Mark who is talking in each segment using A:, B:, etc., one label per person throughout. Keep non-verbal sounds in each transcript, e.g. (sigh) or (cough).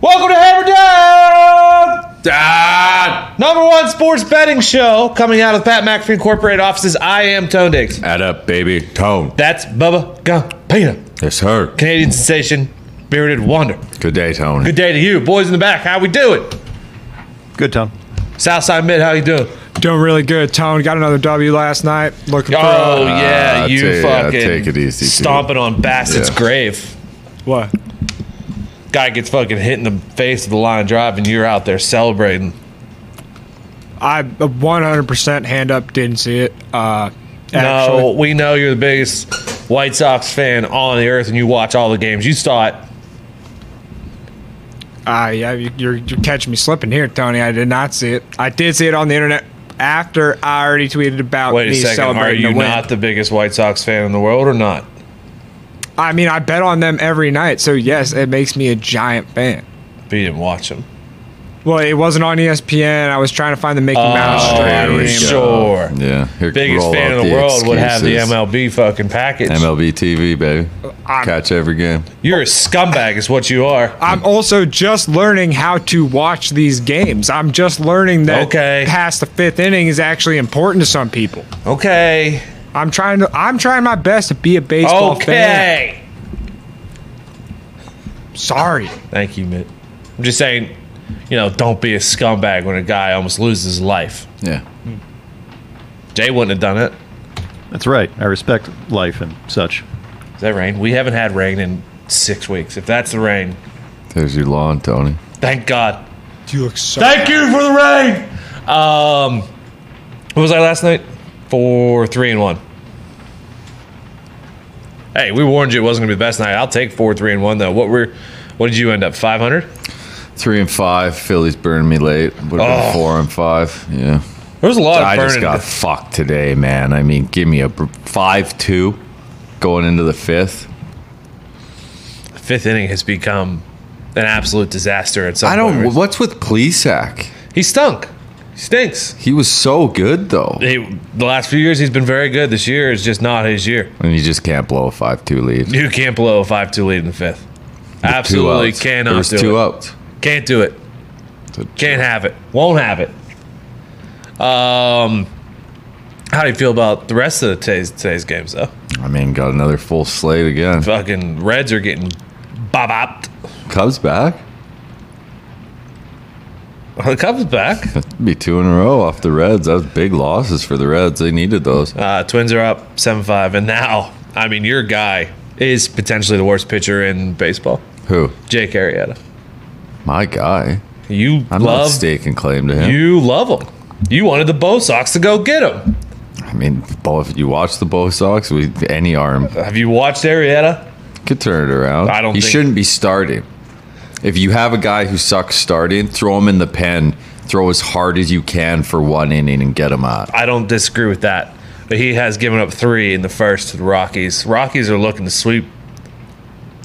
A: Welcome to Hammer Down!
B: Ah!
A: Number one sports betting show coming out of Pat McAfee Incorporated offices. I am Tone Diggs.
B: Add up, baby. Tone.
A: That's Bubba Gumpina,
B: It's her.
A: Canadian sensation, bearded wonder.
B: Good day, Tone.
A: Good day to you, boys in the back. How we doing?
C: Good, Tom.
A: Southside Mid, how you doing?
B: Oh,
D: Doing really good, Tone. Got another W last night. Looking for uh,
A: Oh yeah,
B: Ah,
A: you
B: take- yeah,
A: fucking
B: take it easy, dude.
A: stomping on Bassett's
B: Yeah.
A: grave.
D: what?
A: Guy gets fucking hit in the face of the line drive, and you're out there celebrating.
D: I 100% hand up. Didn't see it. Uh,
A: No,
D: actually,
A: we know you're the biggest White Sox fan on the earth, and you watch all the games. You saw it.
D: Uh, yeah, you- you're you're catching me slipping here, Tony. I did not see it. I did see it on the internet after I already tweeted about
A: Wait a
D: me
A: second. Are
D: celebrating
A: you
D: the win.
A: not the biggest White Sox fan in the world, or not?
D: I mean, I bet on them every night, so yes, it makes me a giant fan.
A: But you didn't watch them.
D: Well, it wasn't on E ESPN. I was trying to find the Mickey Mouse
A: Oh,
D: stream.
A: here we go. Sure.
B: Yeah. Here,
A: Biggest
B: roll
A: fan
B: out
A: in the world would have the
B: excuses.
A: MLB fucking package.
B: MLB TV, baby.
A: Uh,
D: I'm-
B: Catch every game.
A: You're a scumbag, is what you are.
D: I'm also just learning how to watch these games. I'm just learning that
A: Okay.
D: past the fifth inning is actually important to some people.
A: Okay.
D: I'm trying to. I'm trying my best to be a baseball fan.
A: Okay.
D: Sorry,
A: Thank you, Mitt. I'm just saying, you know, don't be a scumbag when a guy almost loses his life.
B: Yeah.
A: Jay wouldn't have done it.
C: That's right. I respect life and such.
A: Is that rain? We haven't had rain in six weeks. If that's the rain,
B: There's your lawn, Tony.
A: thank God.
D: you look so.
A: Thank you for the rain. Um, what was I last night? Four, three, and one. Hey, we warned you it wasn't gonna be the best night. I'll take four, three, and one though. What were, what did you end up? Five hundred.
B: Three and five. Phillies burning me late. Would have
A: Oh.
B: been four and five. Yeah.
A: There was a lot of
B: I
A: burning.
B: just got fucked today, man. I mean, give me a five two going into the fifth.
A: The fifth inning has become an absolute disaster. At some
B: I don't.
A: Point.
B: What's with Plesac?
A: He stunk. He stinks.
B: He was so good though.
A: He, the last few years he's been very good. This year is just not his year.
B: And you just can't blow a five-two lead.
A: You can't blow a five-two lead in the fifth. Absolutely
B: two outs.
A: cannot
B: There was
A: do
B: two
A: it.
B: outs.
A: Can't do it.
B: So-
A: Can't have it. Won't have it. Um, how do you feel about the rest of the today's, today's games though?
B: I mean, got another full slate again.
A: Fucking Reds are getting bop
B: Cubs back.
A: The Cubs back.
B: That'd be two in a row off the Reds. That was big losses for the Reds. They needed those.
A: Uh, twins are up seven five, and now I mean your guy is potentially the worst pitcher in baseball,
B: Who?
A: Jake Arrieta.
B: My guy.
A: You
B: I'm not
A: love
B: staking claim to him.
A: you love him. You wanted the Bo Sox to go get him.
B: I mean, Bo- if you watch the Bo Sox, we any arm
A: Have you watched Arrieta?
B: could turn it around.
A: I don't
B: He
A: think-
B: shouldn't be starting. If you have a guy who sucks starting, throw him in the pen. Throw as hard as you can for one inning and get him out.
A: I don't disagree with that. But he has given up three in the first to the Rockies. Rockies are looking to sweep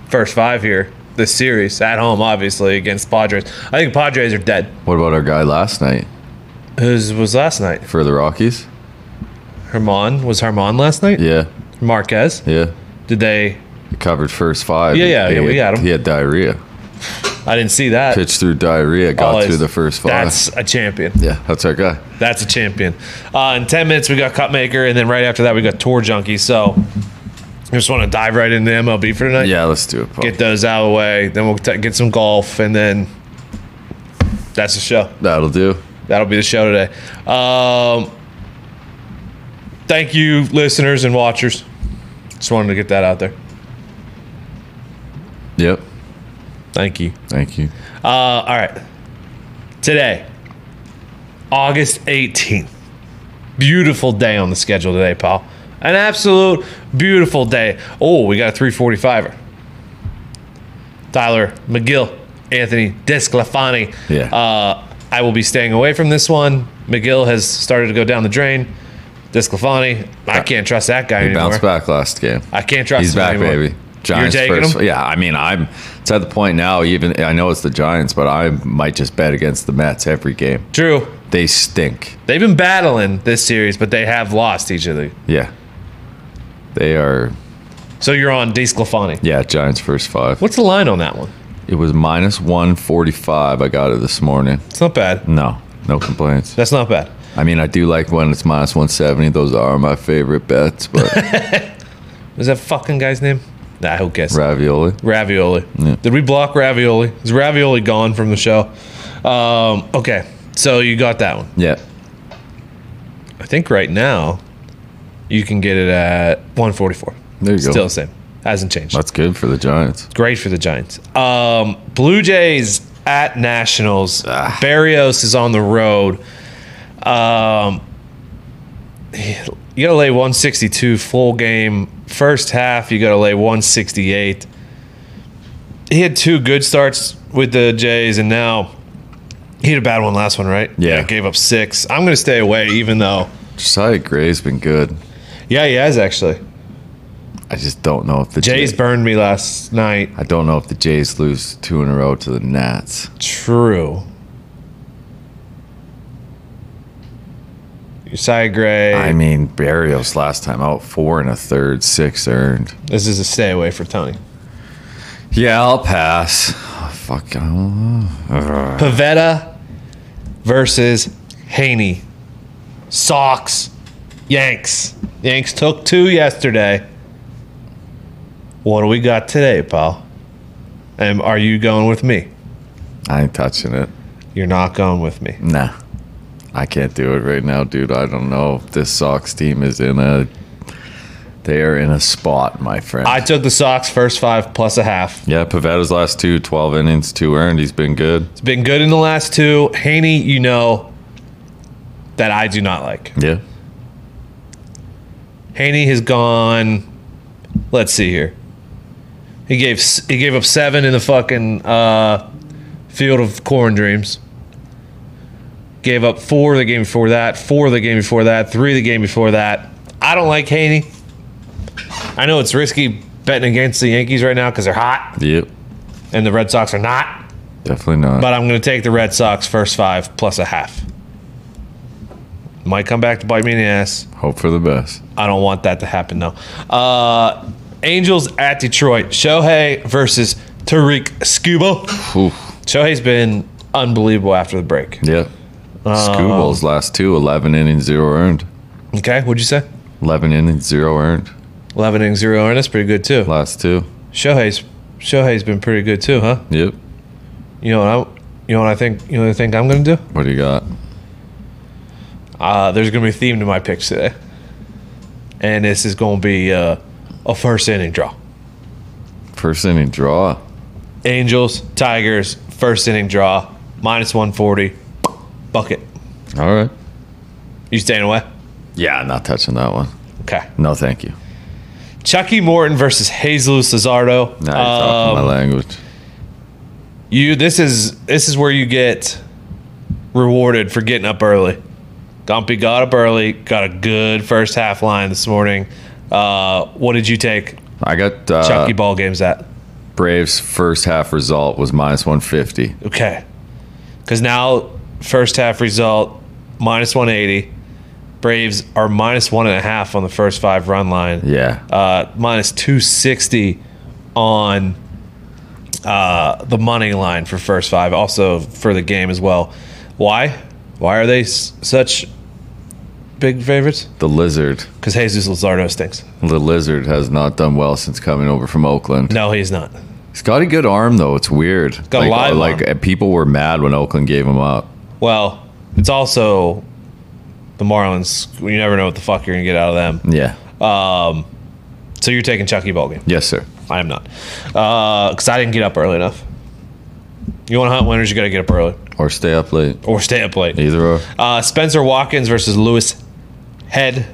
A: first five here this series at home, obviously against Padres. I think Padres are dead.
B: What about our guy last night
A: Whose was last night?
B: for the Rockies?
A: Herman was Herman last night.
B: Yeah,
A: Marquez.
B: yeah.
A: Did they?
B: He covered first five.
A: Yeah, yeah,
B: He-
A: yeah, we
B: he-
A: got him.
B: He had diarrhea.
A: I didn't see that.
B: Pitched through diarrhea, got
A: Always.
B: through the first five.
A: Oh, That's a champion.
B: yeah, that's our guy.
A: That's a champion. Uh, in 10 minutes, we got Cupmaker, and then right after that, we got Tour Junkie. So I just want to dive right into MLB for tonight.
B: Yeah, let's do it. Paul.
A: Get those out of the way. Then we'll t- get some golf, and then that's the show.
B: That'll do.
A: That'll be the show today. Um, thank you, listeners and watchers. Just wanted to get that out there.
B: Yep.
A: Thank you.
B: Thank you.
A: Uh, all right. Today, August 18th. Beautiful day on the schedule today, Paul. An absolute beautiful day. Oh, we got a 345er. Tyler McGill, Anthony Desclafani.
B: Yeah.
A: Uh, I will be staying away from this one. McGill has started to go down the drain. Desclafani, I can't trust that guy
B: He
A: anymore.
B: bounced back last game.
A: I can't trust
B: He's
A: him
B: back,
A: anymore.
B: baby. Giants
A: taking
B: first.
A: him?
B: Yeah, I mean, I'm. It's at the point now. Even I know it's the Giants, but I might just bet against the Mets every game.
A: True.
B: They stink.
A: They've been battling this series, but they have lost each other.
B: Yeah, they are.
A: So you're on Desclafani.
B: Yeah, Giants first five.
A: What's the line on that one?
B: It was minus 145. I got it this morning.
A: It's not bad.
B: No, no complaints.
A: That's not bad.
B: I mean, I do like when it's minus 170. Those are my favorite bets, (laughs) but
A: Is that fucking guy's name? Nah, who cares?
B: ravioli.
A: Ravioli. Did we block Ravioli? Is Ravioli gone from the show? Um, okay, so you got that one.
B: Yeah.
A: I think right now you can get it at 144.
B: There you go.
A: Still the same. Hasn't changed.
B: That's good for the Giants.
A: Great for the Giants. Um, Blue Jays at Nationals.
B: Ah.
A: Barrios is on the road. Um, you got to lay 162 full game. First half, you got to lay 168. He had two good starts with the Jays, and now he had a bad one last one, right?
B: Yeah.
A: Gave up six. I'm going to stay away, even though.
B: Josiah Gray's been good.
A: Yeah, he has actually.
B: I just don't know if the
A: Jays
B: Jay-
A: burned me last night.
B: I don't know if the Jays lose two in a row to the Nats.
A: True. Josiah Gray.
B: I mean, Barrios last time out four and a third, six earned.
A: this is a stay away for Tony.
B: Yeah, I'll pass. Oh, fuck. I don't know.
A: Pavetta versus Haney. Sox. Yanks. Yanks took two yesterday. What do we got today, pal? And are you going with me?
B: I ain't touching it.
A: You're not going with me.
B: Nah. I can't do it right now, dude. I don't know if this Sox team is in a. They are in a spot, my friend.
A: I took the Sox first five plus a half.
B: yeah, Pavetta's last two, 12 innings, two earned. He's been good.
A: It's been good in the last two. Haney, you know that I do not like.
B: Yeah.
A: Haney has gone. Let's see here. He gave s- he gave up seven in the fucking uh, field of corn dreams. Gave up four the game before that, four the game before that, three the game before that. I don't like Haney. I know it's risky betting against the Yankees right now because they're hot
B: Yep.
A: and the Red Sox are not.
B: Definitely not.
A: But I'm going to take the Red Sox first five plus a half. Might come back to bite me in the ass.
B: Hope for the best.
A: I don't want that to happen though. Uh, Angels at Detroit. Shohei versus Tariq Skubal.
B: Oof.
A: Shohei's been unbelievable after the break.
B: Yep. Scooble's
A: Uh,
B: last two, 11 innings, zero earned.
A: Okay, what'd you say?
B: 11 innings, zero earned.
A: Eleven innings, zero earned. That's pretty good too.
B: Last two.
A: Shohei's Shohei's been pretty good too, huh?
B: Yep.
A: You know what I? You know what I think? You know what I think I'm gonna do?
B: What do you got?
A: Uh, there's gonna be a theme to my picks today, and this is gonna be uh, a first inning draw.
B: First inning draw.
A: Angels, Tigers, first inning draw, minus 140, bucket.
B: All right.
A: You staying away?
B: Yeah, not touching that one.
A: Okay.
B: No, thank you.
A: Chucky Morton versus Jesus Lazardo.
B: Now you're talking
A: Um,
B: my language.
A: you this is this is where you get rewarded for getting up early. Gumpy got up early, got a good first half line this morning. Uh, what did you take
B: I got uh,
A: Chucky ball games at?
B: Braves' first half result was minus 150.
A: Okay. Because now, first half result, minus 180. Braves are minus one and a half on the first five run line,
B: Yeah.
A: uh, minus 260 on uh, the money line for first five, also for the game as well. Why? Why are they s- such big favorites?
B: the Lizard.
A: Because Jesus Lazardo stinks.
B: The Lizard has not done well since coming over from Oakland.
A: No, he's not.
B: He's got a good arm, though. It's weird.
A: Got a
B: like,
A: live arm.
B: like, uh, people were mad when Oakland gave him up.
A: Well, it's also the Marlins. You never know what the fuck you're going to get out of them.
B: Yeah.
A: So you're taking Chucky ball game.
B: Yes, sir.
A: I am not, because I didn't get up early enough. You want to hunt winners, you got to get up early
B: Or stay up late.
A: or stay up late.
B: Either or.
A: Uh, Spencer Watkins versus Lewis Head,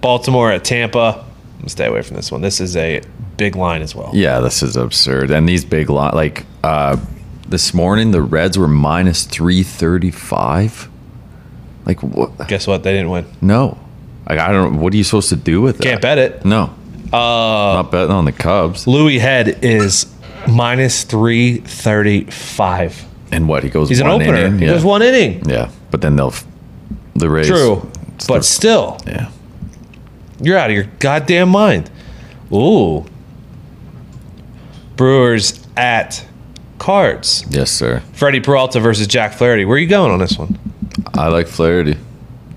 A: Baltimore at Tampa. I'm gonna stay away from this one. This is a big line as well.
B: Yeah, this is absurd. And these big lot like uh this morning the Reds were minus 335. Like what?
A: Guess what? They didn't win.
B: No. Like I don't what are you supposed to do with that?
A: Can't bet it.
B: No. Uh not betting on the Cubs.
A: Louis Head is minus three thirty five.
B: And what? He goes
A: He's an
B: one
A: opener.
B: inning?
A: He
B: Yeah.
A: goes one inning.
B: yeah. But then they'll f- the Rays
A: True,
B: it's
A: but
B: the-
A: still,
B: yeah.
A: You're out of your goddamn mind. Ooh. Brewers at cards.
B: Yes, sir.
A: Freddie Peralta versus Jack Flaherty. Where are you going on this one?
B: I like Flaherty.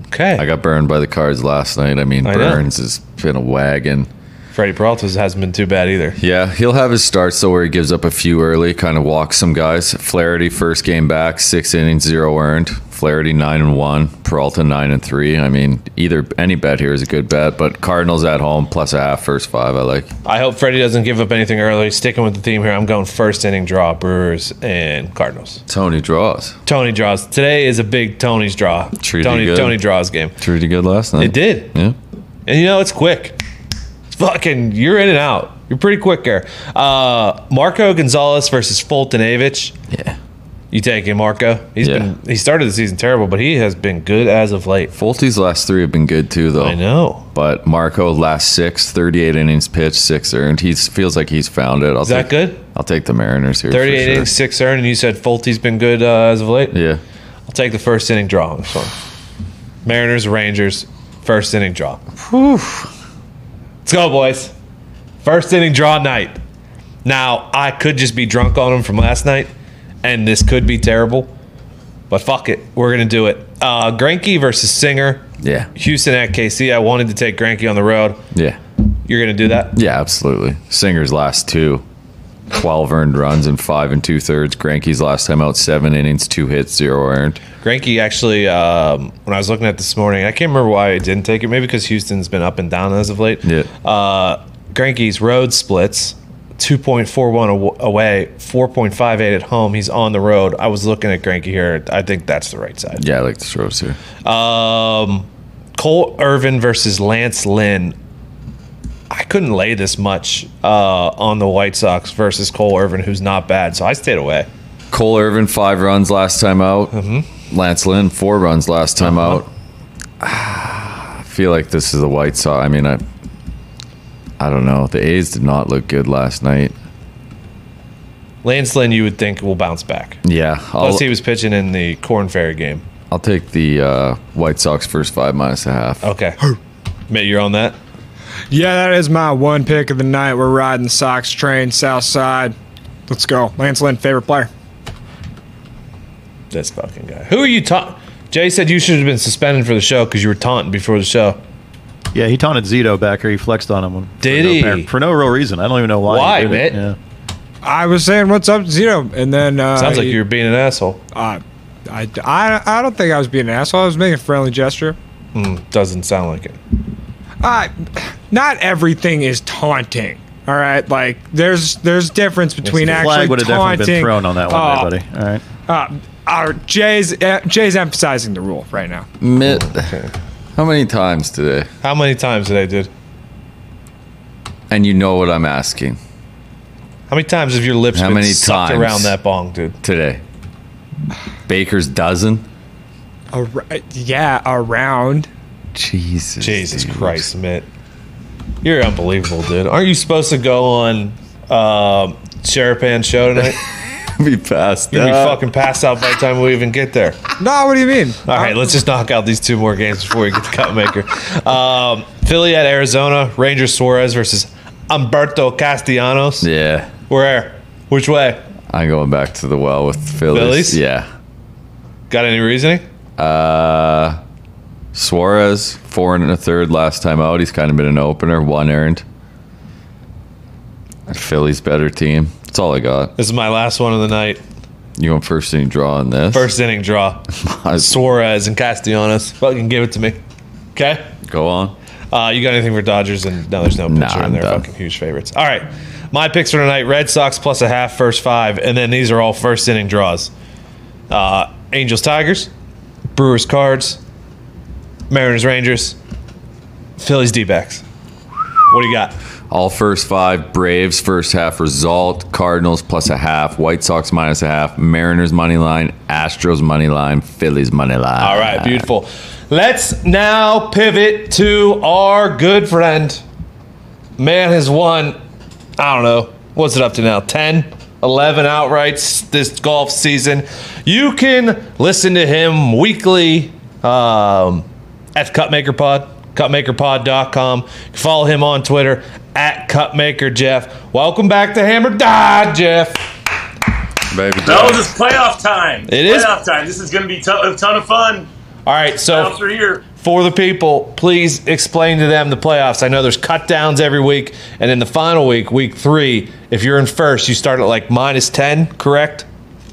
A: Okay.
B: I got burned by the cards last night. I mean,
A: I know.
B: Burns has been a wagon.
A: Freddie Peralta hasn't been too bad either.
B: Yeah, he'll have his starts though where he gives up a few early, kind of walks some guys. Flaherty first game back, six innings, zero earned. Flaherty nine and one, Peralta nine and three. I mean, either any bet here is a good bet, but Cardinals at home plus a half first five. I like.
A: I hope Freddie doesn't give up anything early. Sticking with the theme here, I'm going first inning draw, Brewers and Cardinals.
B: Tony draws.
A: Tony draws. Today is a big Tony's draw.
B: Treated
A: Tony
B: good.
A: Tony draws game.
B: Pretty good last night.
A: It did.
B: Yeah.
A: And you know, it's quick. It's fucking, you're in and out. You're pretty quick there. Uh, Marco Gonzalez versus Fulton Avich.
B: Yeah.
A: You take him, Marco. He's
B: Yeah.
A: been he started the season terrible, but he has been good as of late.
B: Folty's last three have been good too, though.
A: I know.
B: But Marco last six, 38 innings pitched, six earned. He feels like he's found it. I'll
A: Is that
B: take,
A: good?
B: I'll take the Mariners here. for
A: 38
B: sure.
A: innings, six earned, and you said Fulty's been good uh, as of late.
B: Yeah.
A: I'll take the first inning draw on this one. Mariners, Rangers, first inning draw. Let's go, boys. First inning draw night. Now, I could just be drunk on them from last night, and this could be terrible, but fuck it. We're going to do it. Uh, Granke versus Singer.
B: Yeah.
A: Houston at KC. I wanted to take Granke on the road.
B: Yeah.
A: You're going to do that?
B: Yeah, absolutely. Singer's last two, 12 earned runs and five and two thirds. Granke's last time out, seven innings, two hits, zero earned.
A: Granke actually, um, when I was looking at this morning, I can't remember why I didn't take it. Maybe because Houston's been up and down as of late.
B: Yeah.
A: Uh, Granke's road splits 2.41 aw- away, 4.58 at home. He's on the road. I was looking at Granke here. I think that's the right side.
B: Yeah, I like the throws here.
A: Um, Cole Irvin versus Lance Lynn. I couldn't lay this much uh, on the White Sox versus Cole Irvin, who's not bad. So I stayed away.
B: Cole Irvin, five runs last time out. Lance Lynn, four runs last time out. Ah, I feel like this is the White Sox. I mean, I, I don't know. The A's did not look good last night.
A: Lance Lynn, you would think will bounce back.
B: Yeah, I'll,
A: Plus, he was pitching in the Corn Ferry game.
B: I'll take the uh, White Sox first five minus a half.
A: Okay. Mitt, you're on that?
D: Yeah, that is my one pick of the night. We're riding the Sox train, South Side. Let's go. Lance Lynn, favorite player.
A: This fucking guy. Who are you taunting? Jay said you should have been suspended for the show because you were taunting before the show.
C: Yeah, he taunted Zito back here. He flexed on him. When,
A: Did
C: for
A: he?
C: No, apparent- for no real reason. I don't even know why. he
A: Why,
C: did it.
A: Mitt?
C: Yeah.
D: I was saying, what's up, Zito? And then. Uh,
A: Sounds like
D: he-
A: you're being an asshole.
D: Uh, I, I, I don't think I was being an asshole. I was making a friendly gesture.
A: Doesn't sound like it.
D: Uh, not everything is taunting. All right, like there's there's difference between
C: The
D: actually
C: flag would have
D: taunting.
C: definitely been thrown on that one,
D: uh,
C: there, buddy. All right.
D: Uh, our Jay's uh, Jay's emphasizing the rule right now.
B: Mitt, how many times today?
A: How many times did I did?
B: And you know what I'm asking
A: How many times have your lips
B: How
A: been
B: many
A: sucked
B: times?
A: around that bong, dude?
B: today. Baker's dozen.
D: Ar- yeah, around.
B: Jesus.
A: Jesus
B: dude.
A: Christ, Mitt. You're unbelievable, dude. Aren't you supposed to go on um, Sharapan show
B: (laughs)
A: tonight?
B: (laughs) We passed
A: You're
B: that.
A: gonna be fucking passed out by the time we even get there.
D: No, what do you mean?
A: All right, let's just knock out these two more games before we get to cut maker. Um, Philly at Arizona, Ranger Suarez versus Umberto Castellanos.
B: Yeah.
A: Where? Which way?
B: I'm going back to the well with the Phillies.
A: Phillies?
B: Yeah.
A: Got any reasoning?
B: Suarez, four and a third last time out. He's kind of been an opener, one earned. Philly's better team. That's all I got.
A: This is my last one of the night.
B: You want first inning draw on this?
A: First inning draw. Suarez and Castellanos. Fucking give it to me. Okay?
B: Go on.
A: Uh, you got anything for Dodgers? And no, there's no pitcher
B: Nah,
A: in
B: I'm
A: there.
B: done.
A: Fucking huge favorites. All right. My picks for tonight Red Sox plus a half, first five. And then these are all first inning draws uh, Angels, Tigers, Brewers, Cards, Mariners, Rangers, Phillies, D backs. What do you got?
B: All first five, Braves first half result, Cardinals plus a half, White Sox minus a half, Mariners money line, Astros money line, Phillies money line.
A: All right, beautiful. Let's now pivot to our good friend. Man has won, I don't know, what's it up to now? 10, 11 outrights this golf season. You can listen to him weekly um, at Cutmaker Pod, cutmakerpod.com. You can follow him on Twitter at Cutmaker Jeff. Welcome back to Hammer Die, Jeff.
B: Baby.
E: No, this is playoff time.
A: It
E: playoff
A: is?
E: time. This is going to be to- a ton of fun.
A: All right, so
E: Playoffs are here.
A: for the people, please explain to them the playoffs. I know there's cut downs every week, and then the final week, week three, if you're in first, you start at like minus ten, correct?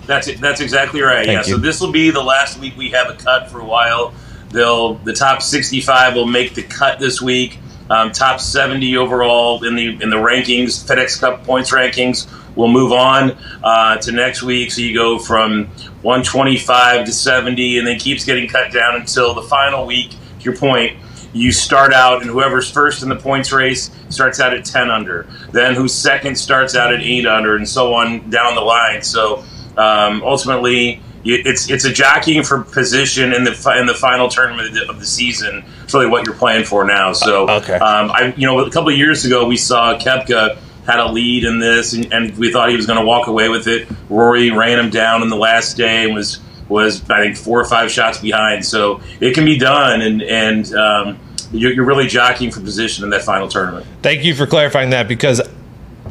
E: That's it. That's exactly right.
A: Thank
E: yeah.
A: you.
E: So this will be the last week we have a cut for a while. They'll the top 65 will make the cut this week. Um, top 70 overall in the in the rankings, FedEx Cup points rankings. will move on uh, to next week. So you go from 125 to 70, and then keeps getting cut down until the final week. To your point, you start out, and whoever's first in the points race starts out at 10 under. Then who's second starts out at 8 under, and so on down the line. So um, ultimately, you, it's it's a jockeying for position in the fi- in the final tournament of the, of the season. It's really what you're playing for now. So
A: Uh, okay.
E: um, I you know a couple of years ago we saw Kepka had a lead in this, and, and we thought he was going to walk away with it. Rory ran him down in the last day and was was I think four or five shots behind. So it can be done, and and um, you're, you're really jockeying for position in that final tournament.
A: Thank you for clarifying that because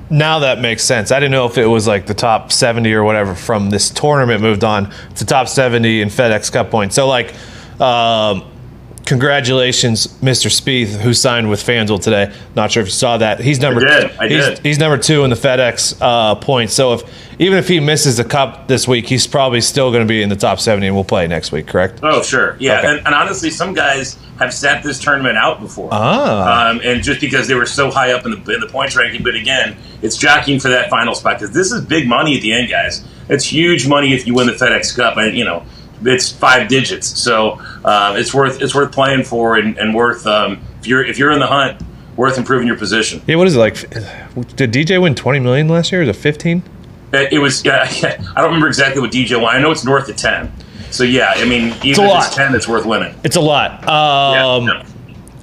A: now that makes sense. I didn't know if it was like the top 70 or whatever from this tournament moved on to top 70 in FedEx Cup points. So, like, um, congratulations, Mr. Spieth, who signed with FanDuel today. Not sure if you saw that. He's number
E: I did. I
A: he's,
E: did.
A: he's number two in the FedEx uh, points. So, if even if he misses the cup this week, he's probably still going to be in the top 70 and we'll play next week, correct?
E: Oh, sure. Yeah.
A: Okay.
E: And, and honestly, some guys have sat this tournament out before.
A: Ah.
E: Um, and just because they were so high up in the, in the points ranking. But again, it's jockeying for that final spot because this is big money at the end, guys. It's huge money if you win the FedEx Cup. And, you know, it's five digits. So uh, it's worth it's worth playing for and, and worth, um, if, you're, if you're in the hunt, worth improving your position.
A: Yeah, what is it like? Did DJ win 20 million last year? Is it 15?
E: It it was, (laughs) yeah, I don't remember exactly what DJ won. I know it's north of 10. So yeah, I mean, even if
A: lot.
E: it's 10, it's worth winning.
A: It's a lot.
E: Yeah,
A: Um,
E: yeah.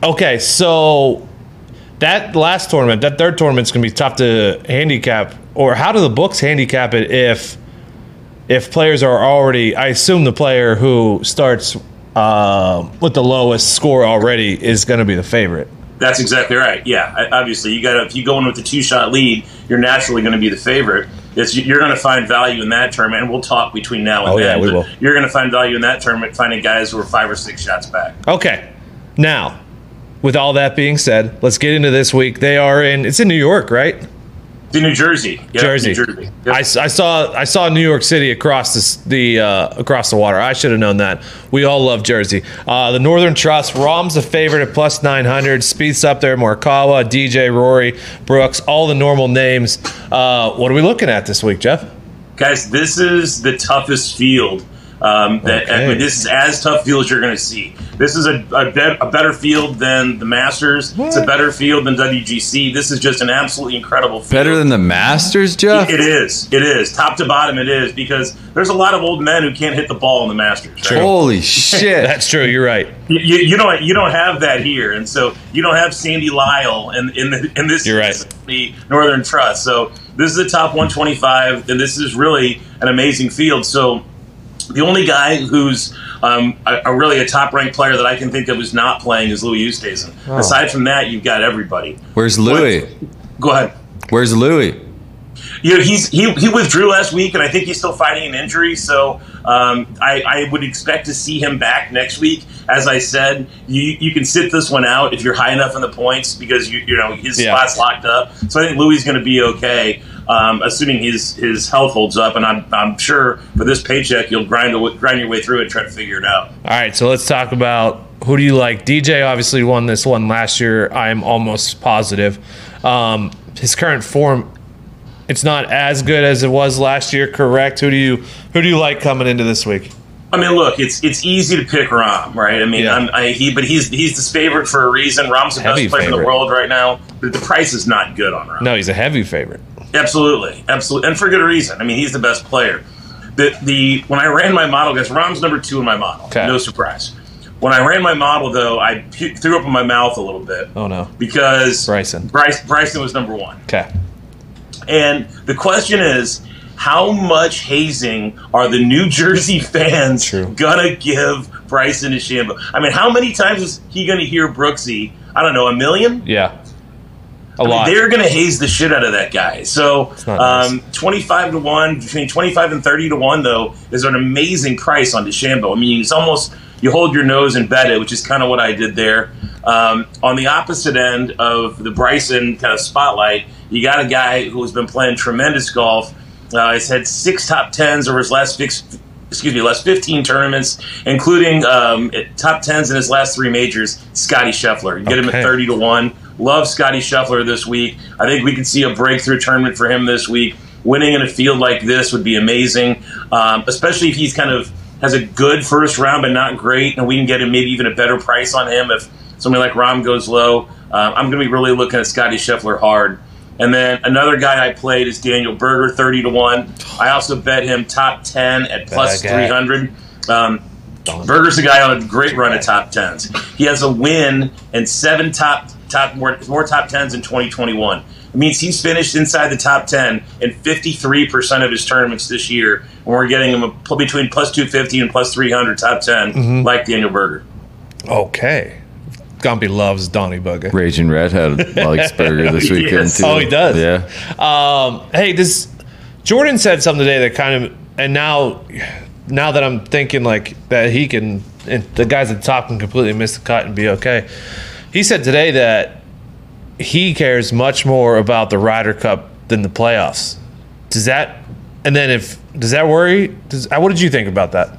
A: Okay, so that last tournament, that third tournament's gonna be tough to handicap. Or how do the books handicap it if if players are already? I assume the player who starts um, with the lowest score already is gonna be the favorite.
E: That's exactly right. Yeah, I- obviously, you got to if you go in with a two shot lead, you're naturally going to be the favorite. It's, you're going to find value in that tournament, and we'll talk between now and
A: Oh, yeah,
E: then.
A: we
E: but
A: will.
E: You're going to find value in that tournament, finding guys who are five or six shots back.
A: Okay, now with all that being said, let's get into this week. They are in. It's in New York, right?
E: The New Jersey, Yep,
A: Jersey.
E: New Jersey. Yep.
A: I, s- I saw I saw New York City across this, the uh, across the water. I should have known that. We all love Jersey. Uh, the Northern Trust. Rom's a favorite at plus nine hundred. Speeds up there. Morikawa, DJ, Rory, Brooks. All the normal names. Uh, what are we looking at this week, Jeff?
E: guys, this is the toughest field. Um, that I
A: Okay.
E: mean, this is as tough field as you're going to see. This is a, a, bet, a better field than the Masters. It's a better field than WGC. This is just an absolutely incredible field.
B: Better than the Masters, Jeff?
E: It is. It is. Top to bottom, it is because there's a lot of old men who can't hit the ball in the Masters. right?
B: Holy
A: (laughs)
B: shit.
A: That's true. You're right.
E: You, you- you don't. You don't have that here, and so you don't have Sandy Lyle in in, the, in this.
A: You're right.
E: The Northern Trust. So this is the top 125, and this is really an amazing field. So the only guy who's um, a, a really a top ranked player that I can think of who's not playing is Louis Oosthuizen. Aside from that, you've got everybody.
B: Where's Louis?
E: Go ahead.
B: Where's Louis?
E: you know, he's he, he withdrew last week, and I think he's still fighting an injury. So um, I, I would expect to see him back next week. As I said, you you can sit this one out if you're high enough in the points because you you know his
A: Yeah.
E: spot's locked up. So I think Louis is going to be okay, um, assuming his his health holds up. And I'm I'm sure for this paycheck, you'll grind a- grind your way through it, and try to figure it out.
A: All right. So let's talk about who do you like. DJ obviously won this one last year. I'm almost positive. Um, his current form. It's not as good as it was last year, correct? Who do you who do you like coming into this week?
E: I mean, look, it's it's easy to pick Rom, right? I mean,
A: Yeah.
E: I'm, I, he, but he's he's the favorite for a reason. Rom's the
A: Heavy
E: best player in the
A: favorite.
E: world right now, but the price is not good on Rom.
A: No, he's a heavy favorite.
E: Absolutely, absolutely, and for good reason. I mean, he's the best player. The the when I ran my model, guys, Rom's number two in my model.
A: Okay.
E: No surprise. When I ran my model, though, I pu- threw up in my mouth a little bit
A: Oh no.
E: because
A: Bryson.
E: Bryce, Bryson was number one.
A: Okay.
E: And the question is, how much hazing are the New (laughs) Jersey fans
A: True.
E: gonna give Bryson DeChambeau? I mean, how many times is he gonna hear Brooksy? I don't know, a million.
A: Yeah. A lot.
E: They're going to haze the shit out of that guy. So
A: not nice.
E: um, 25 to 1, between 25 and 30 to 1, though, is an amazing price on DeChambeau. I mean, it's almost, you hold your nose and bet it, which is kind of what I did there. Um, on the opposite end of the Bryson kind of spotlight, you got a guy who's been playing tremendous golf. Uh, he's had six top tens over his last six, excuse me, last 15 tournaments, including um, top tens in his last three majors. Scotty Scheffler, you get him
A: Okay.
E: at 30 to one. Love Scotty Scheffler this week. I think we could see a breakthrough tournament for him this week. Winning in a field like this would be amazing, um, especially if he's kind of has a good first round but not great, and we can get him maybe even a better price on him if somebody like Rom goes low. Um, I'm going to be really looking at Scotty Scheffler hard. And then another guy I played is Daniel Berger, 30 to 1. I also bet him top 10 at plus
A: Bad guy.
E: 300. Um, Berger's a guy on a great run of top 10s. He has a win and seven top, top more, more top 10s in 2021. It means he's finished inside the top 10 in 53% of his tournaments this year. And we're getting him a, pl- between plus 250 and plus 300 top 10,
A: Mm-hmm.
E: like Daniel Berger.
A: Okay. Gumpy loves Donnie Bugger.
B: Raging Red had likes
A: (laughs)
B: burger this weekend
E: Yes.
B: too.
A: Oh, he does.
B: Yeah,
A: Um, hey, this Jordan said something today that kind of, and now, now that I'm thinking like that, he can, and the guys at the top can completely miss the cut and be okay. He said today that he cares much more about the Ryder Cup than the playoffs. Does that, and then if does that worry? Does what did you think about that?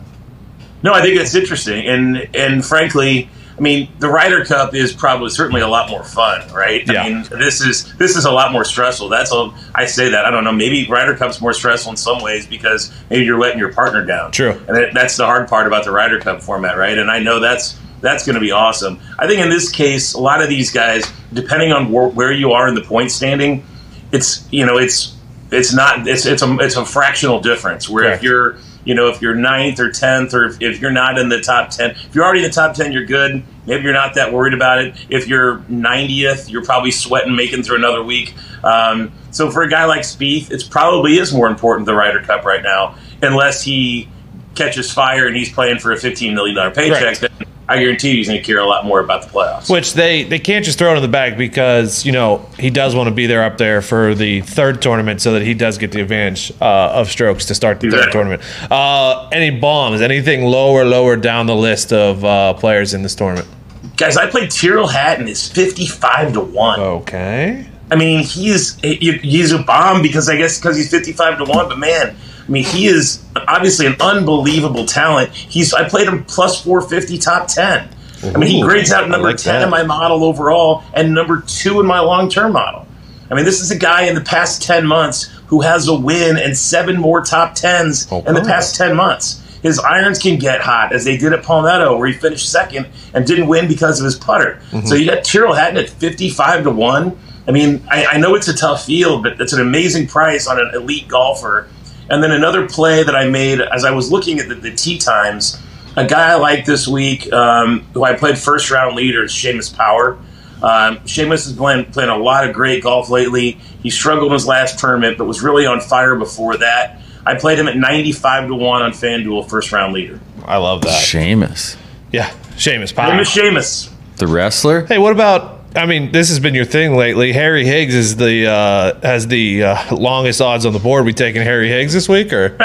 E: No, I think that's interesting, and and frankly, I mean, the Ryder Cup is probably certainly a lot more fun, right?
A: Yeah.
E: I mean, this is this is a lot more stressful. That's all I say. That I don't know. Maybe Ryder Cup's more stressful in some ways because maybe you're letting your partner down.
A: True.
E: and that, that's the hard part about the Ryder Cup format, right? And I know that's that's going to be awesome. I think in this case, a lot of these guys, depending on where, where you are in the point standing, it's you know it's it's not it's it's a it's a fractional difference where
A: Correct.
E: if you're you know if you're ninth or tenth or if, if you're not in the top ten if you're already in the top ten you're good maybe you're not that worried about it if you're 90th you're probably sweating making through another week um, so for a guy like Spieth it's probably is more important the Ryder Cup right now unless he catches fire and he's playing for a 15 million dollar paycheck
A: Right.
E: then I guarantee you he's going to care a lot more about the playoffs
A: Which they they can't just throw it in the bag because you know he does want to be there up there for the third tournament so that he does get the advantage uh, of strokes to start the third
E: Exactly.
A: tournament. Uh, any bombs? Anything lower lower down the list of uh, players in this tournament?
E: guys I played Tyrrell Hatton is 55 to 1
A: Oh. Okay.
E: I mean, he is he- he's a bomb because I guess because he's fifty five to one. But man, I mean, he is obviously an unbelievable talent. He's I played him plus four fifty top ten. I mean, he
A: Ooh,
E: grades
A: I
E: out number
A: like
E: ten
A: that.
E: in my model overall and number two in my long term model. I mean, this is a guy in the past ten months who has a win and seven more top tens in the
A: Okay.
E: past ten months. His irons can get hot, as they did at Palmetto, where he finished second and didn't win because of his putter. So you got Tyrrell Hatton at fifty-five to one. I mean, I, I know it's a tough field, but it's an amazing price on an elite golfer. And then another play that I made as I was looking at the, the tee times, a guy I like this week, um, who I played first round leader, is Seamus Power. Um, Seamus has been playing a lot of great golf lately. He struggled in his last tournament, but was really on fire before that. I played him at 95 to 1 on FanDuel first round leader.
A: I love that.
B: Seamus,
A: Yeah, Seamus
E: Name
A: Power.
E: is Seamus.
B: the wrestler.
A: Hey, what about? I mean, this has been your thing lately. Harry Higgs is the uh, has the uh, longest odds on the board. We taking Harry Higgs this week, or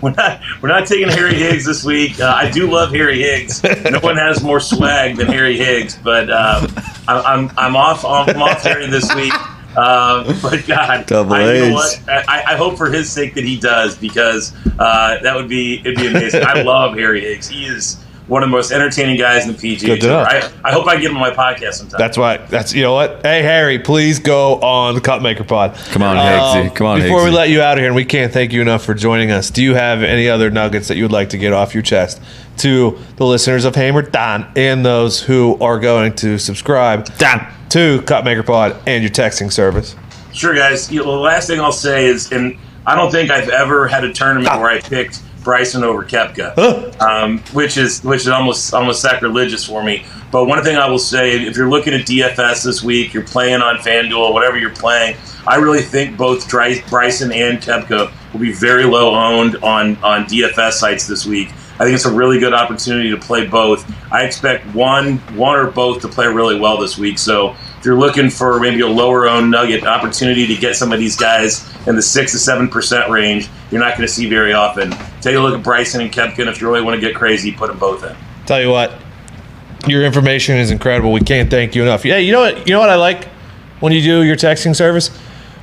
E: We're not, we're not taking Harry Higgs this week. Uh, I do love Harry Higgs. No one has more swag than Harry Higgs, but um, I'm, I'm, I'm off I'm off Harry this week. Um, but God,
B: Double
E: I, you
B: A's.
E: know what? I, I hope for his sake that he does because uh, that would be it'd be amazing. I love Harry Higgs. He is one of the most entertaining guys in the PGA.
A: Good to
E: Tour.
A: know.
E: I, I hope I get him on my podcast sometime.
A: That's why. That's you know what. Hey Harry, please go on the Cupmaker Pod. Um,
B: Come on, Higgsy. Come on,
A: Before we
B: Higgsy.
A: let you out of here, and we can't thank you enough for joining us. Do you have any other nuggets that you would like to get off your chest to the listeners of Hammer Don and those who are going to subscribe
D: Done.
A: to Cupmaker Pod and your texting service?
E: Sure, guys. You know, the last thing I'll say is, and I don't think I've ever had a tournament where I picked Bryson over Kepka, um, which is which is almost almost sacrilegious for me. But one thing I will say, if you're looking at DFS this week, you're playing on FanDuel, whatever you're playing, I really think both Dry- Bryson and Kepka will be very low owned on on DFS sites this week. I think it's a really good opportunity to play both. I expect one one or both to play really well this week. So if you're looking for maybe a lower owned nugget opportunity to get some of these guys in the six to seven percent range, you're not going to see very often. Take a look at Bryson and Kempkin. If you really want to get crazy, put them both in.
A: Tell you what, your information is incredible. We can't thank you enough. Yeah, you know what? You know what I like when you do your texting service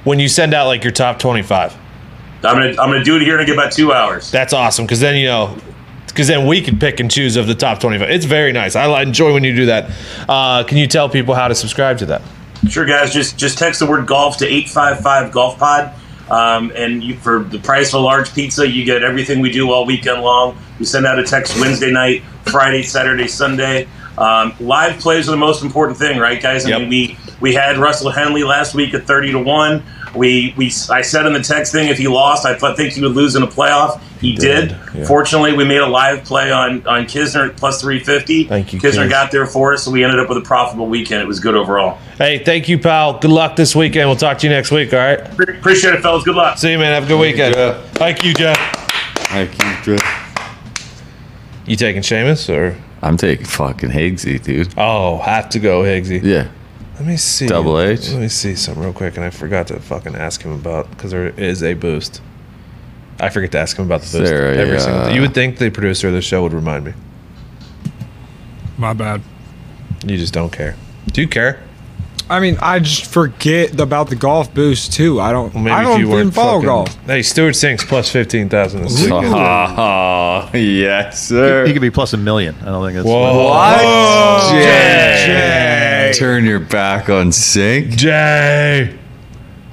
A: when you send out like your top twenty-five.
E: I'm gonna I'm gonna do it here in about two hours.
A: That's awesome because then you know, because then we can pick and choose of the top twenty-five. It's very nice. I li- enjoy when you do that. Uh, can you tell people how to subscribe to that?
E: Sure, guys, just just text the word golf to eight five five golf pod. Um, and you, for the price of a large pizza, you get everything we do all weekend long. We send out a text Wednesday night, Friday, Saturday, Sunday. Um, live plays are the most important thing, right, guys? I
A: Yep.
E: mean, we we had Russell Henley last week at thirty to one. We we I said in the text thing if he lost, I thought- think he would lose in a playoff. He did. Fortunately, we made a live play on on Kisner at plus three fifty.
A: Thank you,
E: Kisner
A: Kis.
E: got there for us, so we ended up with a profitable weekend. It was good overall.
A: Hey, thank you, pal. Good luck this weekend. We'll talk to you next week. All right.
E: Appreciate it, fellas. Good luck.
A: See you, man. Have a good weekend.
B: Jeff.
A: Thank you, Jeff.
B: I keep drip.
A: You taking Seamus or?
B: I'm taking fucking Higgsy, dude.
A: Oh, have to go, Higgsy.
B: Yeah.
A: Let me see.
B: Double H?
A: Let me see something real quick, and I forgot to fucking ask him about because there is a boost. I forget to ask him about the boost
B: there a,
A: every single.
B: uh,
A: You would think the producer of the show would remind me.
D: My bad.
A: You just don't care. Do you care?
D: I mean, I just forget about the golf boost too. I don't.
A: Well,
D: I
A: if
D: don't even
A: weren't
D: follow
A: fucking-
D: golf.
A: Hey, Stuart Sinks plus fifteen thousand this weekend.
B: Oh, yes, sir.
C: He could be plus a million. I don't think that's.
A: Whoa.
B: What?
D: Jay.
B: Turn your back on sink.
A: Jay,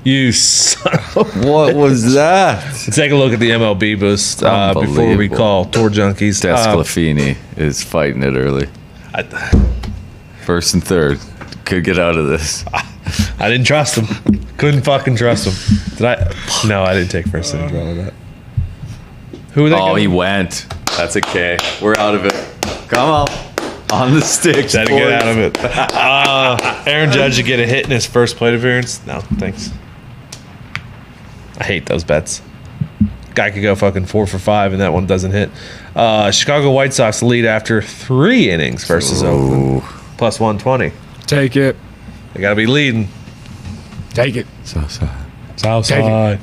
A: you son.
B: What was that?
A: (laughs) Take a look at the MLB boost uh, before we
B: Unbelievable.
A: call tour junkies. Uh,
B: Desclafini is fighting it early.
A: I,
B: First and third could get out of this.
A: I didn't trust him. (laughs) Couldn't fucking trust him. Did I? No, I didn't take first inning. Wrong with that. Who were they?
B: Oh,
A: going?
B: he went. That's a K. We're out of it. Come on, on the sticks.
A: Had to get
B: boys.
A: out of it. Uh, Aaron Judge to get a hit in his first plate appearance. No, thanks. I hate those bets. Guy could go fucking four for five, and that one doesn't hit. Uh, Chicago White Sox lead after three innings versus Oakland, plus one twenty.
D: Take it.
A: They got to be leading.
D: Take it.
B: So, so.
A: Southside.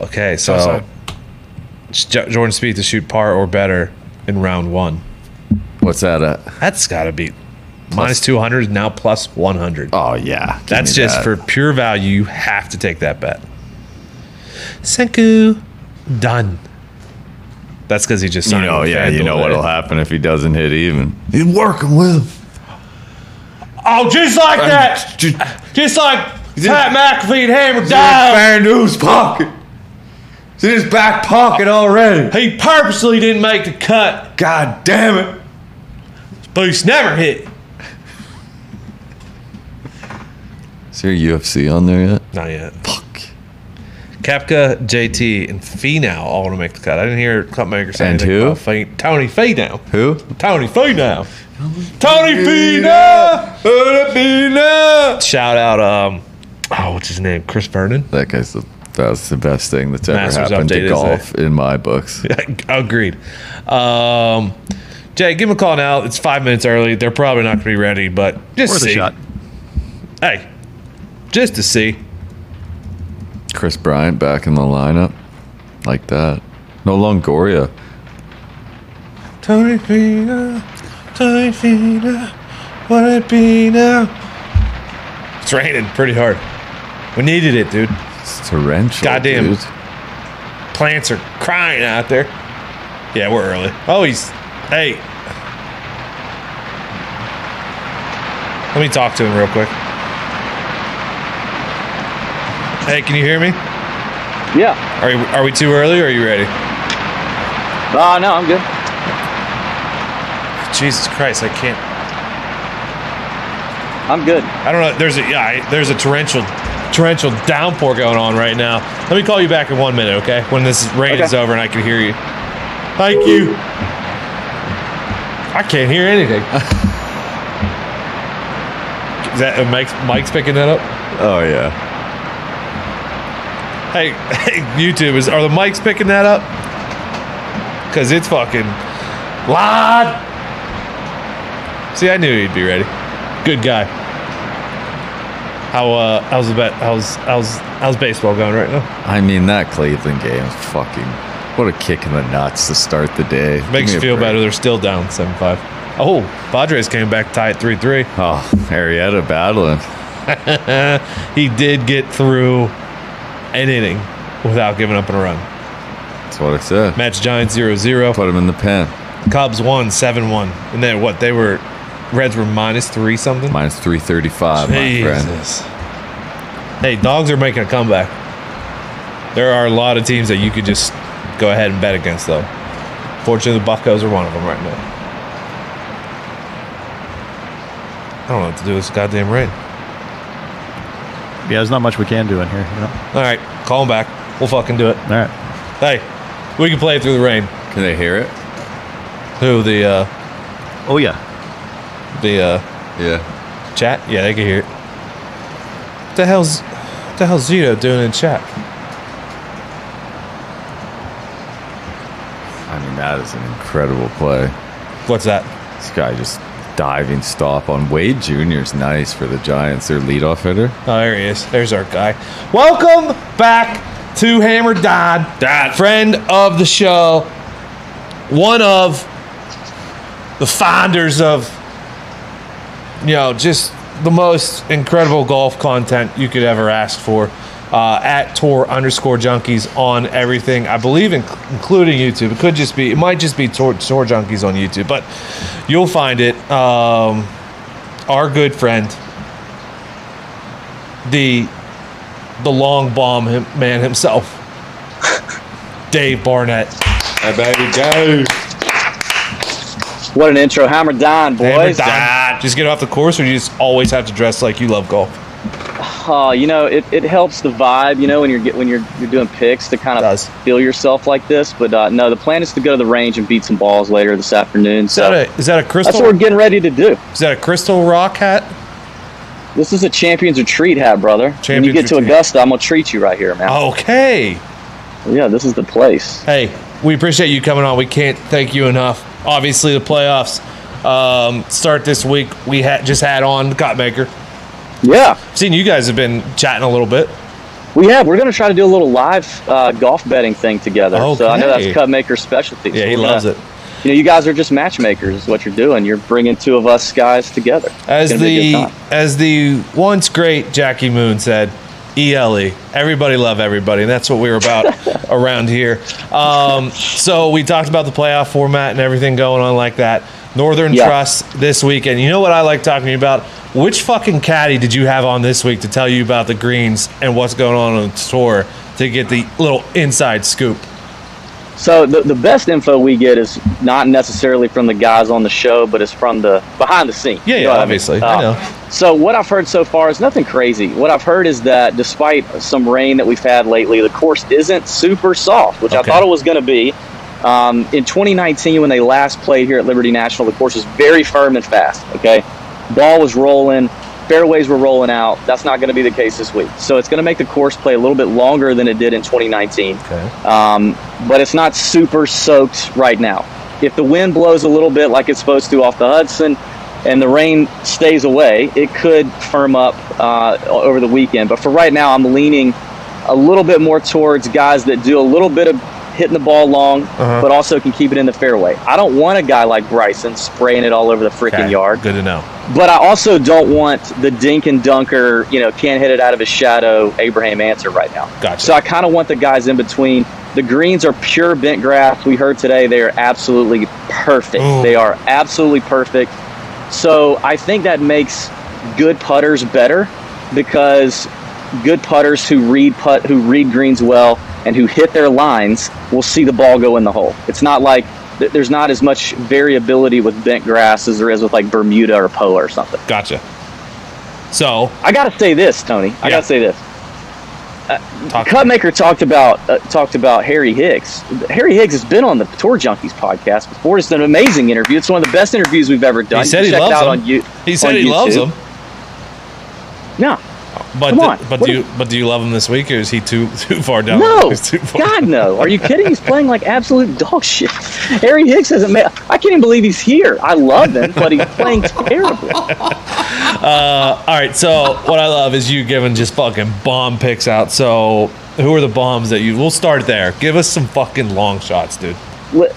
A: Okay, so
D: Southside.
A: J- Jordan Spieth to shoot par or better in round one.
B: What's that uh? at?
A: That's got to be minus two hundred now plus one hundred.
B: Oh yeah, Give
A: That's
B: me
A: just
B: that.
A: for pure value. You have to take that bet. Senku, done. That's because he just
B: you
A: signed.
B: know.
A: with
B: Yeah, you
A: FanDuel
B: know
A: today.
B: what'll happen if he doesn't hit even. He's working with.
A: Oh, just like that, just like Pat McAfee and Hammer down.
B: Fan news pocket. It's in his back pocket already.
A: He purposely didn't make the cut.
B: God damn it.
A: Boost never hit.
B: Is there UFC on there yet?
A: Not yet. Kapka, JT, and Finau all want to make the cut. I didn't hear Cutmaker say
B: And
A: anything
B: who?
A: about Fi- Tony Finau.
B: Who?
A: Tony Finau. Tony Finau.
B: That
A: Shout out, um, oh, what's his name? Chris Vernon. (laughs)
B: guy's the that's the best thing that's ever
A: Masters
B: happened
A: update,
B: to
A: isn't
B: golf in my books.
A: Agreed. Um, Jay, give him a call now. It's five minutes early. They're probably not going to be ready, but just
C: Worth a
A: see.
C: shot.
A: Hey, just to see.
B: Chris Bryant back in the lineup. Like that. No Longoria.
A: Tony Fina, Tony Fina, what it be now? It's raining pretty hard. We needed it, dude.
B: It's torrential.
A: Goddamn.
B: dude.
A: Plants are crying out there. Yeah, we're early. Oh, he's. Hey. Let me talk to him real quick. Hey, can you hear me?
F: Yeah.
A: Are, you, are we too early or are you ready?
F: Uh, no, I'm good.
A: Jesus Christ, I can't.
F: I'm good.
A: I don't know. There's a yeah. I- There's a torrential, torrential downpour going on right now. Let me call you back in one minute, okay? When this rain is over and I can hear you. Thank you. I can't hear anything. (laughs) is that uh, Mike's, Mike's picking that up?
B: Oh yeah.
A: Hey, hey, YouTubers, are the mics picking that up? Cause it's fucking loud. See, I knew he'd be ready. Good guy. How uh, how's the bet? How's how's how's baseball going right now?
B: I mean, that Cleveland game is fucking. What a kick in the nuts to start the day. Give
A: Makes
B: me
A: you
B: a
A: feel
B: break.
A: better. They're still down seven five. Oh, Padres came back tied three three. Eh,
B: Oh, Arietta battling.
A: he did get through an inning without giving up a run.
B: That's what I said.
A: Match Giants 0 0.
B: Put him in the pen.
A: Cubs won 7 1. And then what? They were, Reds were minus three something?
B: Minus 335, my friend.
A: Jesus. Hey, dogs are making a comeback. There are a lot of teams that you could just go ahead and bet against, though. Fortunately, the Buccos are one of them right now. I don't know what to do with this goddamn rain.
C: Yeah, there's not much we can do in here. You know?
A: All right, call them back. We'll fucking do it.
C: All right.
A: Hey, we can play through the rain.
B: Can they hear it?
A: Who the uh,
C: Oh yeah.
A: the uh,
B: Yeah.
A: chat? Yeah, they can hear it. What the hell's what the hell's Zito doing in chat?
B: I mean, that is an incredible play.
A: What's that?
B: This guy just diving stop on Wade Jr.'s nice for the Giants, their leadoff hitter.
A: Oh, there he is. There's our guy. Welcome back to Hammer Dodd, Dodd, friend of the show, one of the finders of you know just the most incredible golf content you could ever ask for. Uh, at tour underscore junkies on everything, I believe, in, including YouTube. It could just be, it might just be tour, tour junkies on YouTube, but you'll find it. Um, our good friend, the the long bomb him, man himself, Dave Barnett.
B: Hey, baby, go.
F: What an intro. Hammer down,
A: Hammer
F: boys.
A: down. Just get off the course, or you just always have to dress like you love golf.
F: Uh, you know, it, it helps the vibe, you know, when you're get, when you're you're doing picks to kind of
A: Does.
F: feel yourself like this. But uh, no, the plan is to go to the range and beat some balls later this afternoon.
A: Is that
F: So
A: a is that a
F: that's what we're
A: crystal?
F: getting ready to do.
A: Is that a crystal rock hat?
F: This is a champions retreat hat, brother. when you
A: Champions
F: get to
A: retreat.
F: Augusta, I'm gonna treat you right here, man.
A: Okay. Oh.
F: Yeah, this is the place.
A: Hey, we appreciate you coming on. We can't thank you enough. Obviously, the playoffs um, start this week. We had just had on Cotmaker.
F: Yeah,
A: Seen you guys have been chatting a little bit.
F: we have. We're gonna try to do a little live uh, golf betting thing together. So I know that's
A: Okay.
F: Cubmaker's specialty.
A: Yeah,
F: So
A: he
F: we're
A: loves
F: gonna-
A: it.
F: You know, you guys are just matchmakers. Is what you're doing. You're bringing two of us guys together. It's
A: As
F: gonna be a good
A: the
F: time.
A: as the once great Jackie Moon said, ELE, everybody love everybody, and that's what we were
F: (laughs)
A: about around here. Um, so we talked about the playoff format and everything going on like that. Northern
F: Yeah.
A: Trust this weekend. You know what I like talking to you about? Which fucking caddy did you have on this week to tell you about the greens and what's going on on the tour to get the little inside scoop?
F: So the, the best info we get is not necessarily from the guys on the show, but it's from the behind the scenes.
A: Yeah,
F: You
A: yeah,
F: know what I mean? Uh,
A: obviously. I know.
F: So what I've heard so far is nothing crazy. What I've heard is that despite some rain that we've had lately, the course isn't super soft, which I
A: Okay.
F: thought it was going to be. Um, in 2019, when they last played here at Liberty National, the course was very firm and fast. Okay, ball was rolling, fairways were rolling out. That's not going to be the case this week. So it's going to make the course play a little bit longer than it did in 2019
A: Okay.
F: um, but it's not super soaked right now. If the wind blows a little bit like it's supposed to off the Hudson and the rain stays away, it could firm up uh, over the weekend. But for right now, I'm leaning a little bit more towards guys that do a little bit of hitting the ball long, but also can keep it in the fairway. I don't want a guy like Bryson spraying it all over the freaking
A: Okay,
F: yard.
A: Good to know.
F: But I also don't want the dink and dunker, you know, can't hit it out of his shadow, Abraham answer right now.
A: Gotcha.
F: So I kind of want the guys in between. The greens are pure bent grass. We heard today they are absolutely perfect.
A: Ooh.
F: They are absolutely perfect. So I think that makes good putters better because good putters who read putt who read greens well and who hit their lines will see the ball go in the hole. It's not like th- there's not as much variability with bent grass as there is with like Bermuda or Poa or something.
A: Gotcha. So
F: I gotta say this, Tony. I
A: Yeah.
F: gotta say this.
A: talk
F: Cutmaker talked about uh, talked about Harry Hicks. Harry Hicks has been on the Tour Junkies podcast before. It's an amazing interview. It's one of the best interviews we've ever done.
A: He said
F: You
A: he
F: check it
A: loves
F: out
A: him.
F: on you.
A: He said
F: on
A: he loves
F: YouTube.
A: him.
F: No,
A: But
F: Come
A: do-
F: on.
A: but
F: What
A: do
F: do-
A: you but do you love him this week or is he too (laughs) too far down?
F: no,
A: He's (laughs) too far.
F: God no. Are you kidding? He's playing like absolute dog shit. Harry Hicks hasn't made. I can't even believe he's here. I love him, but he's playing terribly.
A: Uh, all right. So what I love is you giving just fucking bomb picks out. So who are the bombs that you? We'll start there. Give us some fucking long shots, dude.
F: Li-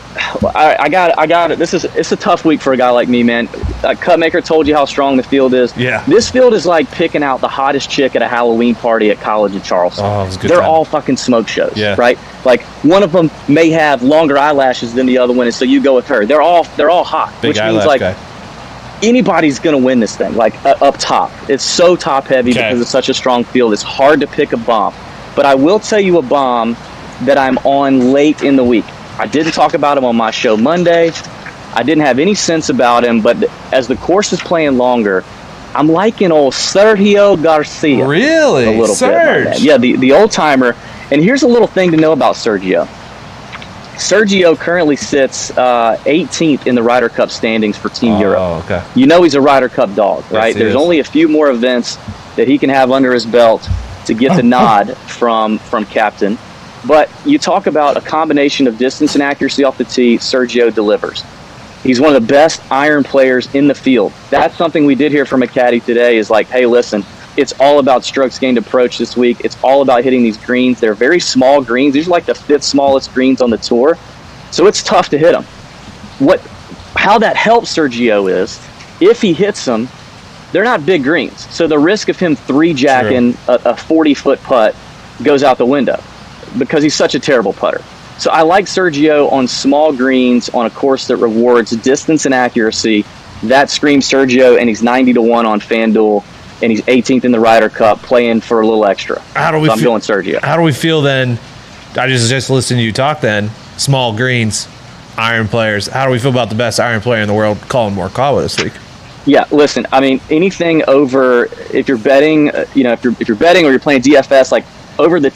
F: I, I got, I got it. This is it's a tough week for a guy like me, man. Uh, Cutmaker told you how strong the field is.
A: Yeah.
F: this field is like picking out the hottest chick at a Halloween party at college in Charleston.
A: Oh, it was a good
F: They're
A: time.
F: all fucking smoke shows,
A: Yeah.
F: right? Like one of them may have longer eyelashes than the other one, and so you go with her. They're all they're all hot,
A: Big
F: which
A: eye
F: means
A: left
F: like
A: guy.
F: anybody's going to win this thing, like uh, up top. It's so top heavy
A: Okay.
F: because it's such a strong field. It's hard to pick a bomb. But I will tell you a bomb that I'm on late in the week. I didn't talk about him on my show Monday. I didn't have any sense about him, but as the course is playing longer, I'm liking old Sergio Garcia
A: Really?
F: a little bit.
A: Surge.
F: Like that. Yeah, the, the old timer. And here's a little thing to know about Sergio. Sergio currently sits uh, 18th in the Ryder Cup standings for Team Europe
A: Oh, okay.
F: you know he's a Ryder Cup dog, right?
A: he
F: There's
A: is.
F: only a few more events that he can have under his belt to
A: (laughs)
F: get the nod from from captain. But you talk about a combination of distance and accuracy off the tee. Sergio delivers. He's one of the best iron players in the field. That's something we did hear from a caddy today. Is like, hey, listen, it's all about strokes gained approach this week. It's all about hitting these greens. They're very small greens. These are like the fifth smallest greens on the tour, so it's tough to hit them what how that helps Sergio is if he hits them, they're not big greens. So the risk of him three jacking a 40 foot putt goes out the window because he's such a terrible putter. So I like Sergio on small greens on a course that rewards distance and accuracy. That screams Sergio, and he's 90 to 1 on FanDuel, and he's 18th in the Ryder Cup playing for a little extra.
A: How do we
F: so I'm
A: feel-
F: going Sergio.
A: How do we feel then? I just just listened to you talk then. Small greens, iron players. How do we feel about the best iron player in the world, Colin Morikawa, this week?
F: Yeah, listen. I mean, anything over if you're betting, uh, you know, if you're if you're betting or you're playing DFS, like over the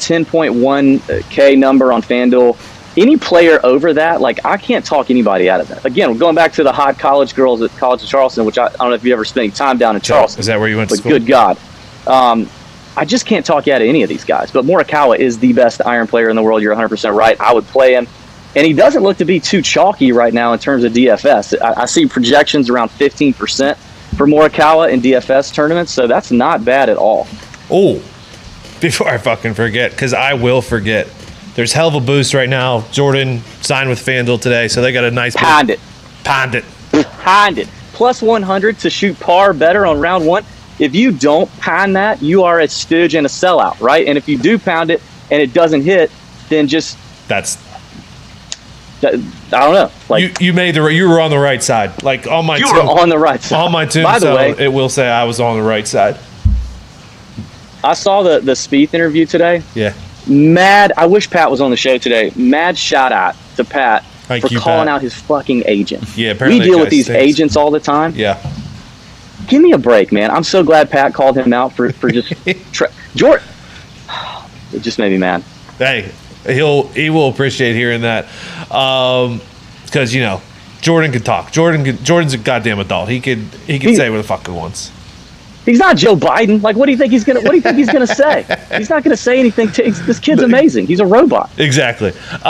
F: 10.1k number on FanDuel, any player over that, like I can't talk anybody out of that. Again, going back to the hot college girls at College of Charleston, which I, I don't know if you ever spent any time down in Charleston.
A: Is that where you went to
F: But
A: school?
F: good God, um, I just can't talk you out of any of these guys. But Morikawa is the best iron player in the world. You're 100 percent right. I would play him, and he doesn't look to be too chalky right now in terms of DFS. I, I see projections around 15 percent for Morikawa in DFS tournaments, so that's not bad at all.
A: Oh, before I fucking forget, because I will forget. There's hell of a boost right now. Jordan signed with FanDuel today, so they got a nice
F: Pound it,
A: Pound it.
F: pound it. Plus 100 to shoot par better on round one. If you don't pound that, you are a stooge and a sellout, right? And if you do pound it and it doesn't hit, then just uh,
A: That's
F: I don't know. Like
A: you. You made the. right- You were on the right side. Like on my.
F: You
A: tomb-
F: were on the right side.
A: on my tombstone,
F: By the way,
A: it will say I was on the right side.
F: I saw the the Spieth interview today.
A: Yeah.
F: Mad. I wish Pat was on the show today. Mad shout out to Pat
A: Thank
F: for
A: you,
F: calling
A: Pat.
F: out his fucking agent.
A: Yeah,
F: we
A: apparently that
F: deal
A: guy
F: with these
A: stinks.
F: agents all the time.
A: Yeah.
F: Give me a break, man. I'm so glad Pat called him out for for
A: (laughs)
F: just tra- Jordan. It just made me mad.
A: hey, he'll he will appreciate hearing that, um, because you know Jordan can talk. Jordan can, Jordan's a goddamn adult. He could he could
F: He-
A: say what the fuck he wants.
F: He's not Joe Biden. Like, what do you think he's gonna? What do you think he's gonna say? He's not gonna say anything. To, he's-
A: (laughs)
F: this kid's amazing. He's a robot.
A: Exactly. Um,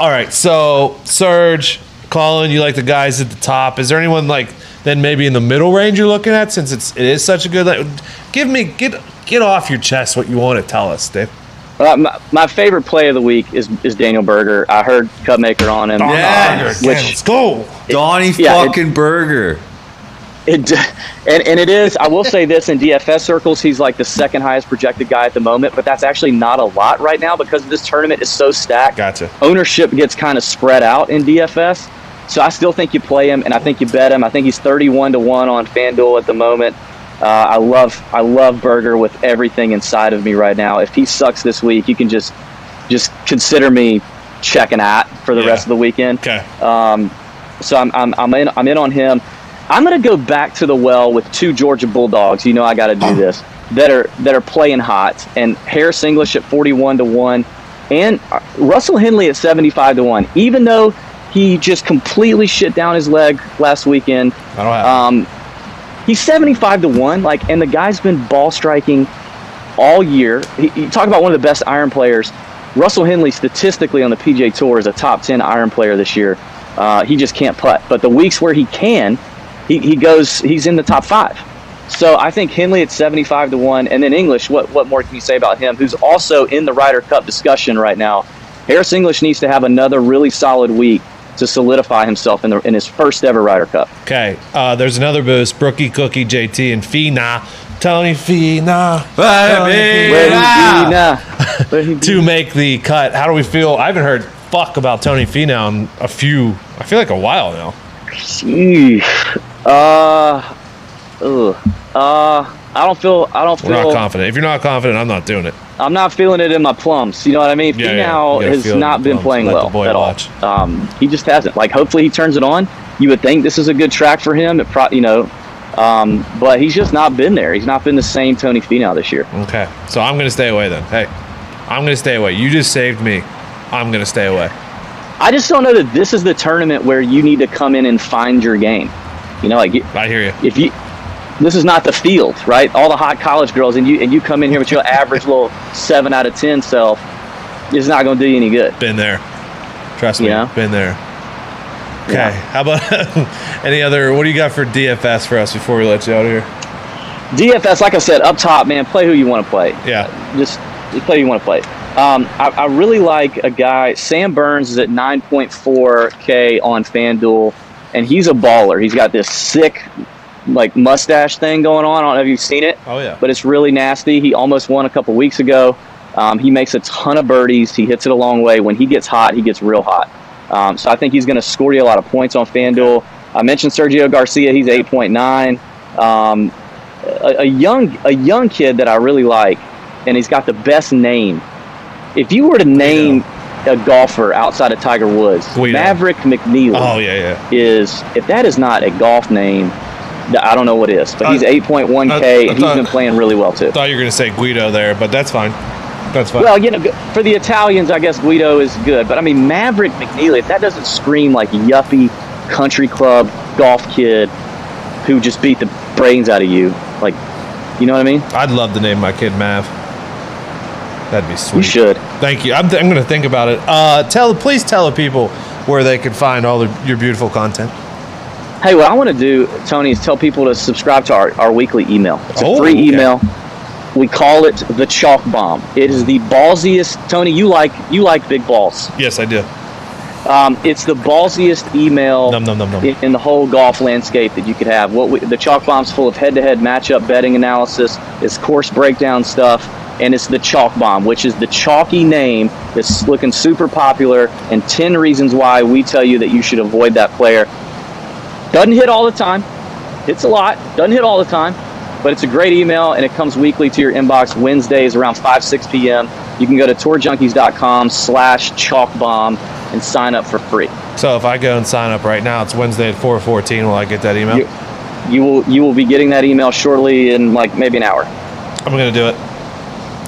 A: all right. So Serge, Colin, you like the guys at the top. Is there anyone like then maybe in the middle range you're looking at since it's it is such a good like, give me get get off your chest what you want to tell us, Dave.
F: Uh, my, my favorite play of the week is is Daniel Berger. I heard Cupmaker on
A: Oh,
F: him.
B: Yes.
A: Again, let's go.
B: Donnie
F: yeah, it-
B: fucking Burger.
F: It d- and and it is. I will say this in DFS circles, he's like the second highest projected guy at the moment, but that's actually not a lot right now because this tournament is so stacked.
A: Gotcha.
F: Ownership gets kind of spread out in DFS, so I still think you play him and I think you bet him. I think he's thirty-one to one on FanDuel at the moment. Uh, I love I love Berger with everything inside of me right now. If he sucks this week, you can just just consider me checking out for the
A: Yeah.
F: rest of the weekend.
A: Okay.
F: So I'm, I'm, I'm in I'm in on him. I'm going to go back to the well with two Georgia Bulldogs. You know I got to do this that are that are playing hot and Harris English at 41 to one and uh, Russell Henley at 75 to one. Even though he just completely shit down his leg last weekend,
A: I don't have.
F: um, he's 75 to 1, like, and the guy's been ball striking all year. He, you talk about one of the best iron players. Russell Henley, statistically on the PJ Tour, is a top 10 iron player this year. Uh, he just can't putt. But the weeks where he can, he, he goes, he's in the top five. So I think Henley at 75 to 1. And then English, what, what more can you say about him, who's also in the Ryder Cup discussion right now? Harris English needs to have another really solid week to solidify himself in, the, in his first ever Ryder Cup.
A: Okay, uh, there's another boost. Brookie, Cookie, JT, and Fina. Tony Fina.
F: Where he be
A: Fina.
F: now? Where he be?
A: To make the cut. How do we feel? I haven't heard fuck about Tony Fina in a few, I feel like a while now.
F: Eesh. Uh, ugh. uh, I don't feel. I don't
A: We're not
F: feel.
A: confident. If you're not confident, I'm not doing it.
F: I'm not feeling it in my plums. You know what I mean?
A: Yeah,
F: he
A: yeah.
F: now
A: You gotta
F: has
A: feel it in
F: not
A: the
F: been
A: plums.
F: playing
A: Let the
F: well
A: boy
F: at
A: watch.
F: all. Um, he just hasn't. Like, hopefully, he turns it on. You would think this is a good track for him. It pro- you know, um, but he's just not been there. He's not been the same Tony Finau this year.
A: Okay, so I'm gonna stay away then. Hey, I'm gonna stay away. You just saved me. I'm gonna stay away.
F: I just don't know that this is the tournament where you need to come in and find your game. You know, like
A: I hear you. (laughs)
F: if you this is not the field, right? All the hot college girls and you and you come in here with your average little seven out of ten self, it's not gonna do you any good.
A: Been there. Trust me.
F: Yeah.
A: Been there. Okay.
F: Yeah.
A: How about (laughs) any other? What do you got for DFS for us before we let you out of here?
F: DFS, like I said, up top, man, play who you wanna play.
A: Yeah.
F: Just, just play who you wanna play. Um, I, I really like a guy, Sam Burns is at nine point four K on FanDuel and he's a baller. He's got this sick like mustache thing going on. I don't know if you've seen it.
A: Oh yeah.
F: but it's really nasty. He almost won a couple weeks ago. Um, he makes a ton of birdies. He hits it a long way. When he gets hot, he gets real hot. Um, so I think he's going to score you a lot of points on FanDuel. I mentioned Sergio Garcia. He's 8.9. Um, a, a young a young kid that I really like, and he's got the best name. If you were to name a golfer outside of Tiger Woods,
A: Guido.
F: Maverick McNeil
A: oh yeah, yeah.
F: is if that is not a golf name, th- I don't know what is. But he's
A: Uh,
F: 8.1K,
A: uh,
F: and he's
A: uh,
F: been playing really well too.
A: Thought you were gonna say Guido there, but that's fine. That's fine.
F: Well, you know, g- for the Italians, I guess Guido is good. But I mean, Maverick McNeely, if that doesn't scream like yuppie country club golf kid who just beat the brains out of you, like, you know what I mean?
A: I'd love to name my kid Mav. That'd be sweet.
F: You should.
A: Thank you. I'm, th- I'm gonna think about it. Uh, tell please tell the people where they can find all the, your beautiful content.
F: Hey, what I want to do, Tony, is tell people to subscribe to our, our weekly email. It's a
A: Oh,
F: free
A: okay.
F: email. We call it the Chalk Bomb. It is the ballsiest. Tony, you like you like big balls.
A: Yes, I do.
F: Um, it's the ballsiest email
A: Nom nom nom nom.
F: in, in the whole golf landscape that you could have. What we, the chalk bomb's full of head-to-head matchup betting analysis, it's course breakdown stuff, and it's the chalk bomb, which is the chalky name that's looking super popular, and ten reasons why we tell you that you should avoid that player. Doesn't hit all the time, hits a lot. Doesn't hit all the time, but it's a great email, and it comes weekly to your inbox Wednesdays around 5, 6 p.m. You can go to tourjunkies.com slash chalk bomb and sign up for free.
A: So if I go and sign up right now, it's Wednesday at 4:14. Will I get that email?
F: You- You will you will be getting that email shortly in like maybe an hour.
A: I'm gonna do it.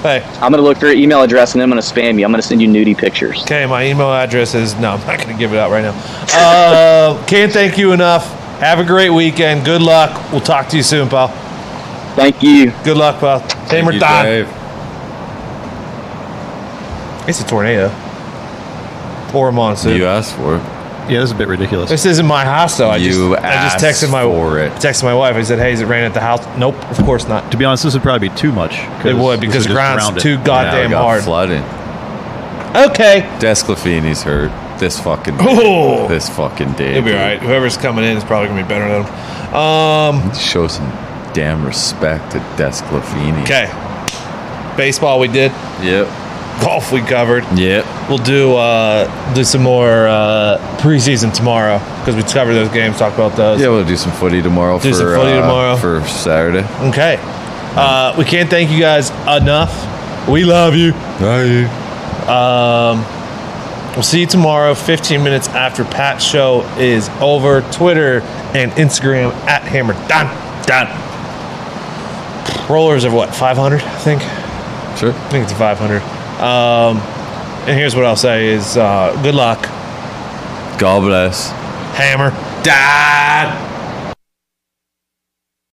A: Hey,
F: I'm gonna look for your email address and then I'm gonna spam you. I'm gonna send you nudie pictures.
A: okay, my email address is no. I'm not gonna give it out right
B: (laughs)
A: now. Uh, can't thank you enough. Have a great weekend. Good luck. We'll talk to you soon, pal.
F: Thank you.
A: Good luck, pal.
B: Thank
A: Tamer
B: you,
A: Don.
B: Dave.
A: It's a tornado or a monsoon.
B: You asked for it.
C: Yeah, this is a bit ridiculous.
A: This isn't my house, though. I
B: You
A: just I just
B: asked
A: texted my
B: for it.
A: texted my wife. I said, "Hey, is it raining at the house?" Nope, of course not.
C: to be honest, this would probably be too much. 'cause
A: It would,
C: this
A: because
C: is just
A: ground's
C: rounded.
A: too
B: Yeah, we
A: goddamn
B: got
A: hard.
B: flooding.
A: Okay.
B: Desclafini's hurt. This fucking
A: Oh.
B: this fucking day.
A: It'll be
B: dude.
A: all right. Whoever's coming in is probably gonna be better than him. Um,
B: Show some damn respect to Desclafini.
A: okay. Baseball we did.
B: Yep.
A: Golf we covered.
B: Yep.
A: We'll do uh, do some more uh, preseason tomorrow because we covered those games. Talk about those.
B: Yeah, we'll do some footy tomorrow
A: Do
B: for
A: some footy
B: uh,
A: tomorrow.
B: for Saturday.
A: Okay. Uh, we can't thank you guys enough. We love you.
B: Bye.
A: We'll see you tomorrow, 15 minutes after Pat's show is over. Twitter and Instagram at Hammer Don Don. Rollers are what 500? I think. I
B: Sure.
A: think it's 500. Um, and here's what I'll say: is uh, good luck,
B: God bless.
A: Hammer Don.